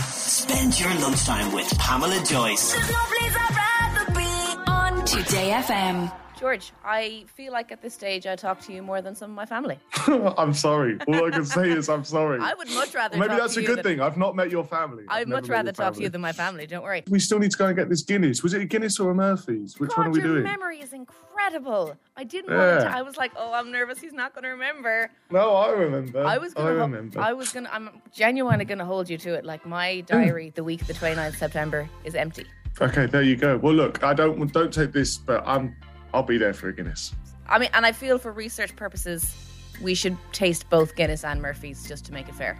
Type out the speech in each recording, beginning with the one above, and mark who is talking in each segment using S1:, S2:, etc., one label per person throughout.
S1: Spend your lunchtime with Pamela Joyce.
S2: There's no place I'd rather be on Today FM.
S3: George, I feel like at this stage I talk to you more than some of my family.
S4: I'm sorry. All I can say is I'm sorry.
S3: I would much rather.
S4: Maybe
S3: talk
S4: that's
S3: to
S4: a
S3: you
S4: good
S3: than-
S4: thing. I've not met your family.
S3: I
S4: I've
S3: would
S4: never
S3: much
S4: met your
S3: rather talk to
S4: family.
S3: you than my family. Don't worry.
S4: We still need to go and get this Guinness. Was it a Guinness or a Murphy's? Which one are
S3: God,
S4: we
S3: your
S4: doing?
S3: memory is incredible. I didn't want
S4: Yeah.
S3: to. I was like, oh, I'm nervous. He's not going to remember.
S4: No, I remember.
S3: I was
S4: I
S3: going
S4: remember.
S3: to. I was going to. I'm genuinely going to hold you to it. Like my diary, the week of the 29th September is empty.
S4: Okay, there you go. Well, look, I don't don't take this, but I'm I'll be there for a Guinness.
S3: I mean, and I feel for research purposes, we should taste both Guinness and Murphy's just to make it fair.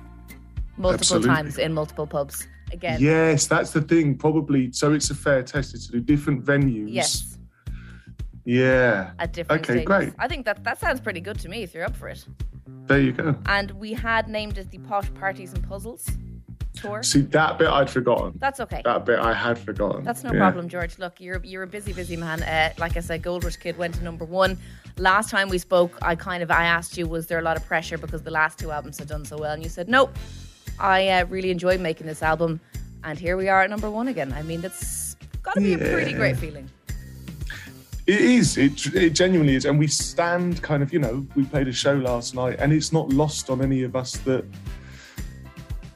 S3: Multiple
S4: Absolutely.
S3: times in multiple pubs. Again,
S4: Yes, that's the thing. Probably so. It's a fair test to do different venues.
S3: yes,
S4: Yeah.
S3: at different
S4: Okay,
S3: stages.
S4: great.
S3: I think that that sounds pretty good to me. If you're up for it.
S4: There you go.
S3: and we had named it the Posh Parties and Puzzles tour.
S4: See that bit I'd forgotten.
S3: That's okay.
S4: That bit I had forgotten.
S3: That's no
S4: uh, Yeah.
S3: problem, George. Look, you're you're a busy, busy man. Uh, like I said, Gold Rush Kid went to number one. Last time we spoke, I kind of I asked you, was there a lot of pressure because the last two albums had done so well, and you said nope. I uh, really enjoyed making this album, and here we are at number one again. I mean, that's got to be a pretty
S4: Yeah.
S3: great feeling.
S4: It is. It, it genuinely is. And we stand kind of, you know, we played a show last night and it's not lost on any of us that,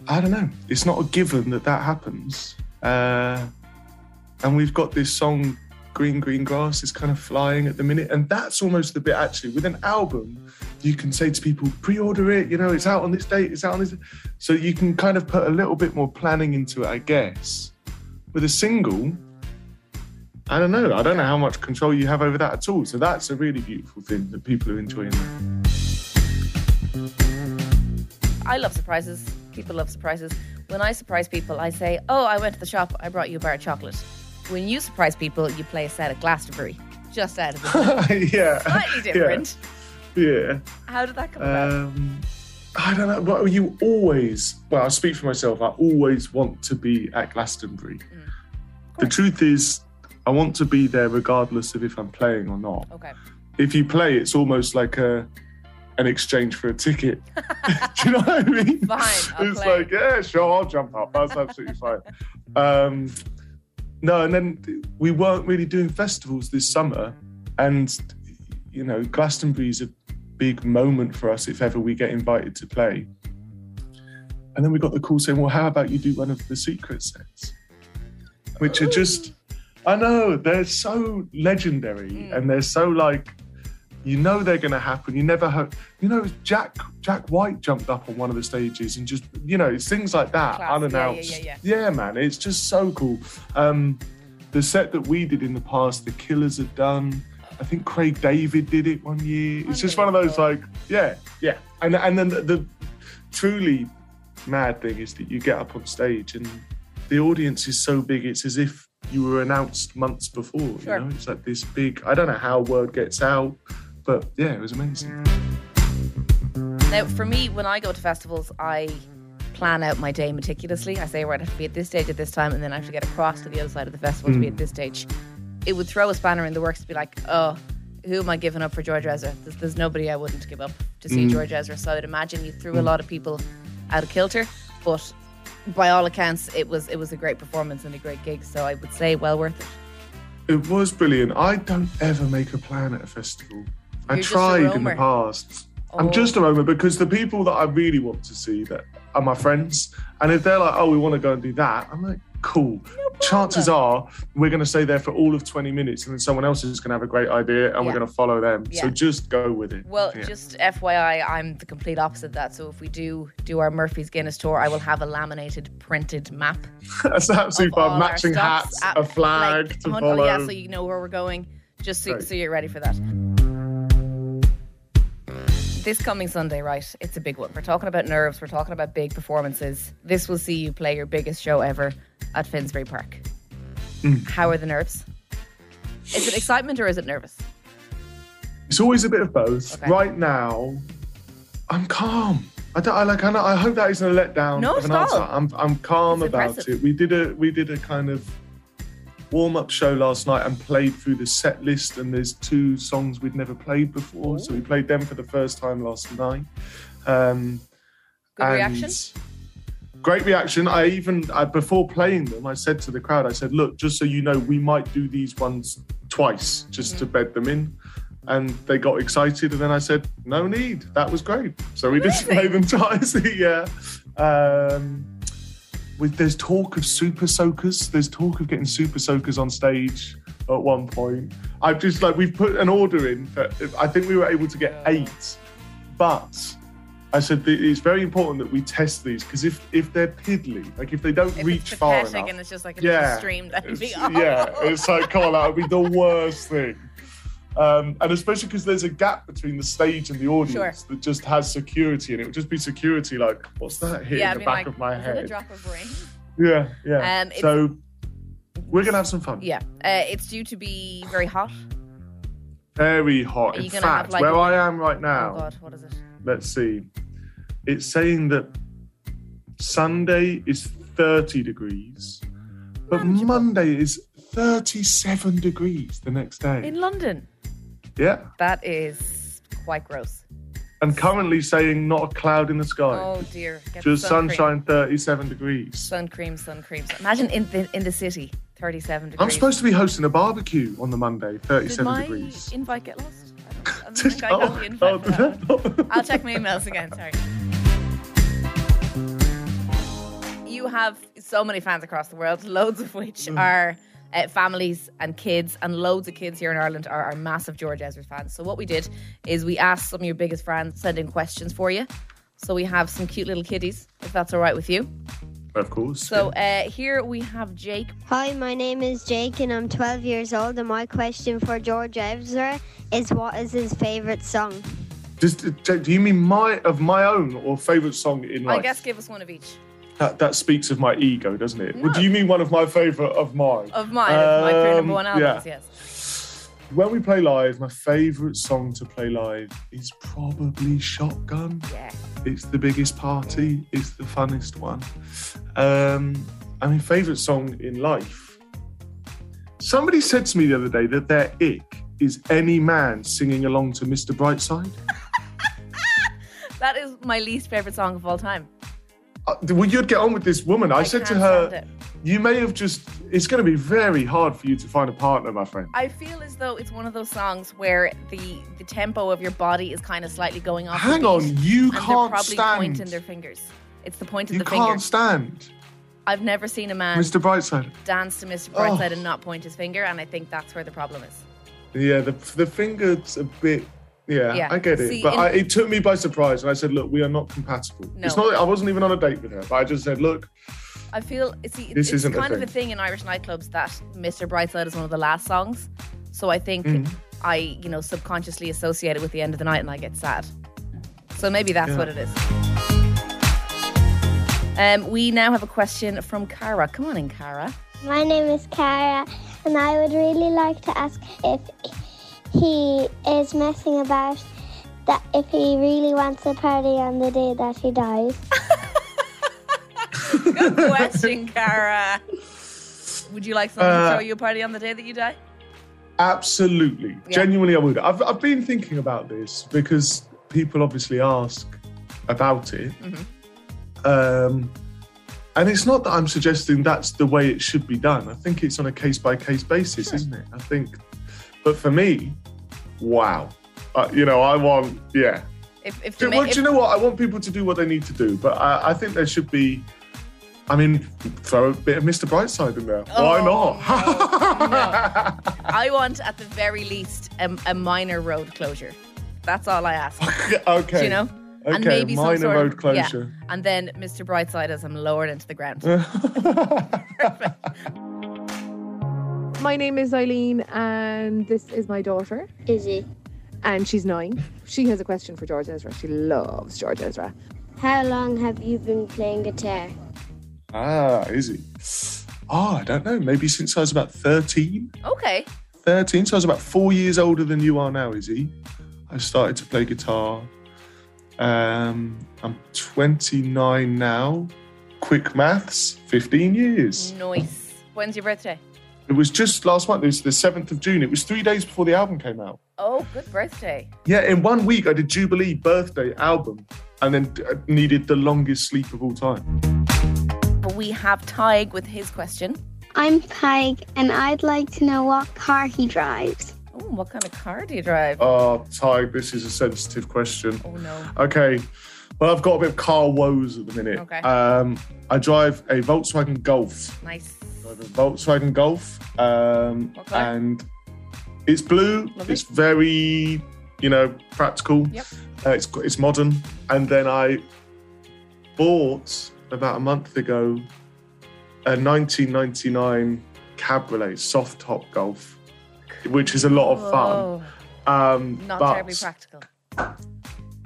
S4: I don't know, it's not a given that that happens. Uh, and we've got this song, Green Green Grass, is kind of flying at the minute. And that's almost the bit actually, with an album, you can say to people, pre order it, you know, it's out on this date, it's out on this. So you can kind of put a little bit more planning into it, I guess. With a single, I don't know. I don't know how much control you have over that at all. So that's a really beautiful thing that people are enjoying.
S3: I love surprises. People love surprises. When I surprise people, I say, "Oh, I went to the shop. I brought you a bar of chocolate." When you surprise people, you play us out at Glastonbury, just out of the
S4: yeah,
S3: slightly different.
S4: yeah.
S3: How did that come about?
S4: Um, I don't know. Well, you always. Well, I speak for myself. I always want to be at Glastonbury. The truth is, I want to be there regardless of if I'm playing or not.
S3: Okay.
S4: If you play, it's almost like a an exchange for a ticket. Do you know what I mean?
S3: Fine, I'll
S4: it's
S3: play.
S4: like, yeah, sure, I'll jump up. That's absolutely fine. Um, no, and then we weren't really doing festivals this summer. And, you know, Glastonbury's a big moment for us if ever we get invited to play. And then we got the call saying, well, how about you do one of the secret sets? Which are just, I know, they're so legendary
S3: Mm.
S4: and they're so like, you know they're going to happen. You never hope. You know, Jack Jack White jumped up on one of the stages and just, you know, it's things like that,
S3: Class. Yeah, yeah,
S4: unannounced.
S3: yeah, yeah.
S4: yeah, man, it's just so cool. Um, the set that we did in the past, the Killers have done. I think Craig David did it one year. It's just one of those like, yeah, yeah. And and then the, the truly mad thing is that you get up on stage and the audience is so big, it's as if you were announced months before.
S3: Sure.
S4: You know, it's like this big. I don't know how word gets out, but yeah, it was amazing.
S3: Now, for me, when I go to festivals, I plan out my day meticulously. I say, right, I have to be at this stage at this time, and then I have to get across to the other side of the festival to be at this stage. It would throw a spanner in the works to be like, oh, who am I giving up for George Ezra? There's, there's nobody I wouldn't give up to see George Ezra. So I would imagine you threw a lot of people out of kilter, but by all accounts, it was it was a great performance and a great gig. So I would say, well worth it.
S4: It was brilliant. I don't ever make a plan at a festival. I
S3: You're just a
S4: tried in the
S3: roamer.
S4: past.
S3: Oh.
S4: I'm just a roamer because the people that I really want to see that are my friends, and if they're like, "Oh, we want to go and do that," I'm like, "Cool." Chances are we're going to stay there for all of 20 minutes, and then someone else is going to have a great idea, and
S3: Yeah.
S4: we're going to follow them. So
S3: Yeah.
S4: just go with it.
S3: Well,
S4: Yeah.
S3: just FYI, I'm the complete opposite of that. So if we do do our Murphy's Guinness tour, I will have a laminated printed map.
S4: that's absolutely
S3: of all
S4: fun.
S3: our
S4: Matching
S3: stops at-
S4: hats, a flag
S3: like,
S4: to
S3: hun-
S4: follow.
S3: Oh, yeah, so you know where we're going, just so,
S4: Right.
S3: so you're ready for that. This coming Sunday, right? It's a big one. We're talking about nerves. We're talking about big performances. This will see you play your biggest show ever at Finsbury Park.
S4: Mm.
S3: How are the nerves? Is it excitement or is it nervous?
S4: It's always a bit of both.
S3: Okay.
S4: Right now, I'm calm. I, don't, I like. I, know, I hope that isn't a letdown.
S3: No,
S4: of an
S3: it's not.
S4: answer. I'm I'm calm
S3: It's
S4: about
S3: impressive.
S4: it. We did a we did a kind of warm up show last night and played through the set list. And there's two songs we'd never played before, so we played them for the first time last night. Um,
S3: Good
S4: and
S3: reaction?
S4: great reaction. I even I, before playing them, I said to the crowd, I said, "Look, just so you know, we might do these ones twice just to bed them in." And they got excited, and then I said, "No need. That was great." So we just play them twice. yeah. Um, with, there's talk of super soakers. There's talk of getting super soakers on stage at one point. I've just like we've put an order in. For, I think we were able to get eight, but I said that it's very important that we test these because if if they're piddly, like if they don't
S3: If
S4: reach
S3: it's
S4: far
S3: pathetic
S4: enough,
S3: and it's just like a
S4: Yeah.
S3: stream that would
S4: it's,
S3: be off.
S4: yeah, it's like come on, that would be the worst thing. Um, and especially because there's a gap between the stage and the audience that just has security, and it would just be security like, what's that here
S3: yeah,
S4: in
S3: I
S4: the
S3: mean,
S4: back
S3: like,
S4: of my
S3: is
S4: head?
S3: it a drop of rain?
S4: Yeah, yeah.
S3: Um, it's-
S4: so we're gonna have some fun.
S3: Yeah, uh, it's due to be very hot.
S4: Very hot.
S3: Are
S4: In
S3: you gonna have,
S4: fact,
S3: like,
S4: where
S3: a-
S4: I am right now,
S3: Oh God, what is it?
S4: let's see. It's saying that Sunday is 30 degrees, but Monday is 37 degrees the next day.
S3: In London,
S4: yeah.
S3: that is quite gross.
S4: And currently saying not a cloud in the sky.
S3: Oh dear, Get
S4: Just
S3: sun cream.
S4: sunshine, 37 degrees.
S3: sun cream, sun cream. Imagine in the in the city, thirty-seven degrees.
S4: I'm supposed to be hosting a barbecue on the Monday,
S3: Did
S4: 37
S3: my
S4: degrees.
S3: invite get lost? I don't, I don't think I got the invite.
S4: oh,
S3: for that one.
S4: oh,
S3: I'll check my emails again. Sorry. You have so many fans across the world, loads of which
S4: Mm.
S3: are uh, families and kids, and loads of kids here in Ireland are, are massive George Ezra fans. So what we did is we asked some of your biggest fans send in questions for you. So we have some cute little kiddies, if that's all right with you.
S4: of course.
S3: So uh, here we have Jake.
S5: Hi, my name is Jake and I'm 12 years old and my question for George Ezra is what is his favourite song?
S4: Just uh, Jake, do you mean my of my own or favourite song in life?
S3: I guess give us one of each.
S4: that, that speaks of my ego, doesn't it? Well,
S3: No.
S4: do you mean one of my favourite of mine?
S3: Of mine, of my three
S4: Um,
S3: number one albums,
S4: yeah.
S3: yes.
S4: when we play live, my favourite song to play live is probably Shotgun.
S3: Yeah.
S4: It's the biggest party. It's the funnest one. Um, I mean, favourite song in life. Somebody said to me the other day that their ick is any man singing along to Mr. Brightside.
S3: That is my least favourite song of all time.
S4: Uh, well, you'd get on with this woman. I, said to
S3: can't
S4: her,
S3: stand it.
S4: "You may have just. It's going to be very hard for you to find a partner, my friend."
S3: I feel as though it's one of those songs where the the tempo of your body is kind of slightly going off. the
S4: Hang
S3: beat,
S4: on, you
S3: and they're
S4: can't
S3: probably
S4: stand.
S3: pointing their fingers. It's the point of
S4: You
S3: the
S4: can't
S3: finger.
S4: stand,
S3: I've never seen a man
S4: Mr. Brightside.
S3: dance to Mr.
S4: Oh.
S3: Brightside and not point his finger, and I think that's where the problem is.
S4: Yeah, the the finger's a bit. Yeah,
S3: Yeah.
S4: I get it,
S3: See,
S4: but
S3: in-
S4: I, it took me by surprise, and I said, "Look, we are not compatible."
S3: No.
S4: It's not. that I wasn't even on a date with her, but I just said, "Look,
S3: I feel see, it's,
S4: This
S3: it's
S4: isn't a
S3: kind of a
S4: thing.
S3: thing in Irish nightclubs that Mr. Brightside is one of the last songs. So I think
S4: Hmm.
S3: I, you know, subconsciously associate it with the end of the night and I get sad. So maybe that's
S4: Yeah.
S3: what it is. Um, we now have a question from Cara. Come on in, Cara.
S6: My name is Cara, and I would really like to ask if he is messing about, that if he really wants a party on the day that he dies.
S3: Good question, Cara. Would you like someone to
S4: Uh,
S3: throw you a party on the day that you die?
S4: absolutely,
S3: Yeah.
S4: genuinely, I would." I've I've been thinking about this because people obviously ask about it,
S3: Mhm.
S4: um, and it's not that I'm suggesting that's the way it should be done. I think it's on a case by case basis, isn't it? I think, but for me, wow, uh, you know, I want yeah.
S3: If, if,
S4: Do,
S3: the ma-
S4: well, do
S3: if-
S4: you know what? I want people to do what they need to do, but I, I think there should be. I mean, throw a bit of Mr. Brightside in there. Why
S3: Oh,
S4: not?
S3: I want, at the very least, a, a minor road closure. That's all I ask.
S4: okay.
S3: Do you know?
S4: Okay.
S3: and maybe some
S4: minor
S3: sort of-
S4: road closure.
S3: And then Mr. Brightside as I'm lowered into the ground.
S7: My name is Eileen, and this is my daughter,
S6: Izzy,
S7: and she's nine. She has a question for George Ezra. She loves George Ezra.
S6: how long have you been playing guitar?
S4: ah, is he? Oh, I don't know. Maybe since I was about 13.
S3: Okay.
S4: 13, so I was about four years older than you are now, Izzy. I started to play guitar. Um, I'm 29 now. Quick maths, 15 years.
S3: Nice. When's your birthday?
S4: It was just last month. It was the 7th of June. It was three days before the album came out.
S3: Oh, good birthday.
S4: Yeah, in one week, I did Jubilee birthday album and then uh, needed the longest sleep of all time.
S3: we have Tig with his question.
S6: I'm Peg, and I'd like to know what car he drives.
S3: Oh, what kind of car do you drive?
S4: Oh, Ty, this is a sensitive question.
S3: Oh no.
S4: Okay. Well, I've got a bit of car woes at the minute.
S3: Okay.
S4: Um, I drive a Volkswagen Golf.
S3: Nice.
S4: I have a Volkswagen Golf, um,
S3: What colour?
S4: and it's blue.
S3: Lovely.
S4: It's very, you know, practical.
S3: Yep.
S4: Uh, it's it's modern. And then I bought about a month ago a 1999 Cabriolet soft top Golf, which is a lot of Oh, fun.
S3: Whoa.
S4: Um,
S3: Not
S4: but
S3: terribly practical.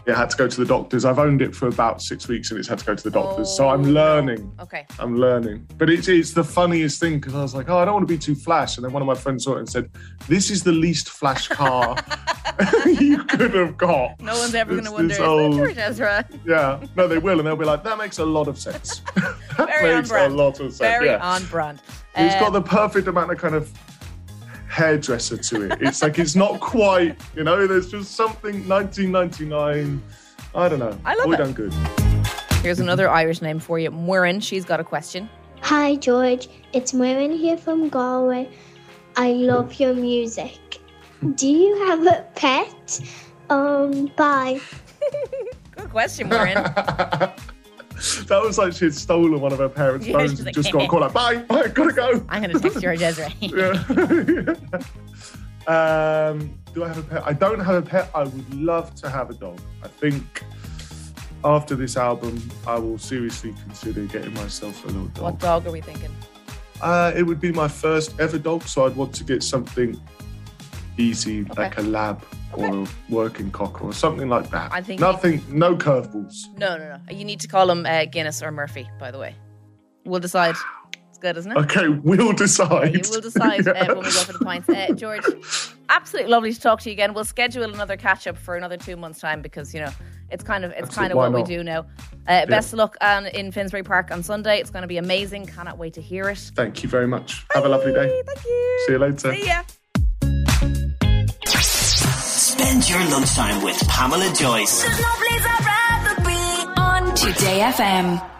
S4: it had to go to the doctors. I've owned it for about six weeks, and it's had to go to the doctors. so
S3: Oh,
S4: I'm
S3: no.
S4: learning.
S3: Okay.
S4: I'm learning. But it's, it's the funniest thing because I was like, oh, I don't want to be too flash. And then one of my friends saw it and said, this is the least flash car you could have got.
S3: No one's ever going to
S4: It's
S3: wonder. Is
S4: this
S3: that
S4: old-
S3: George Ezra?
S4: Yeah. No, they will. And they'll be like, that makes a lot of sense. that
S3: Very on
S4: makes a
S3: brand.
S4: lot of sense.
S3: Very
S4: yeah.
S3: on brand.
S4: It's got
S3: Um,
S4: the perfect amount of kind of hairdresser to it. It's like, it's not quite, you know, there's just something 1999. I don't know.
S3: I love
S4: All
S3: it.
S4: done good.
S3: Here's another Irish name for you, Muirin. She's got a question.
S6: Hi, George. It's Mirren here from Galway. I love your music. Do you have a pet? Um, bye.
S3: Good question, Muirin.
S4: That was like she had stolen one of her parents'
S3: Yeah,
S4: phones
S3: she's
S4: and
S3: like,
S4: just got a call like, bye, bye, gotta go.
S3: I'm going to text George Ezra.
S4: Yeah. um, do I have a pet? I don't have a pet. I would love to have a dog. I think after this album, I will seriously consider getting myself a little
S3: what
S4: dog.
S3: dog are we thinking?
S4: Uh, it would be my first ever dog, so I'd want to get something easy, like a lab or a working cocker or something like that.
S3: I think-
S4: nothing, no curveballs.
S3: No, no, no. You need to call him uh, Guinness or Murphy, by the way. We'll decide. It's good, isn't it?
S4: Okay, we'll decide.
S3: You will decide
S4: Yeah.
S3: uh, when we go for the points. Uh, George, absolutely lovely to talk to you again. We'll schedule another catch up for another two months' time because you know it's kind of it's
S4: Absolutely,
S3: kind of
S4: why
S3: what we
S4: not?
S3: do now. Uh, Best of luck on, in Finsbury Park on Sunday. It's going to be amazing. Cannot wait to hear it.
S4: Thank you very much. Have a lovely day.
S3: Thank you.
S4: See you later.
S3: See ya.
S1: Spend your lunchtime with Pamela Joyce.
S2: There's no place I'd rather be on Today FM.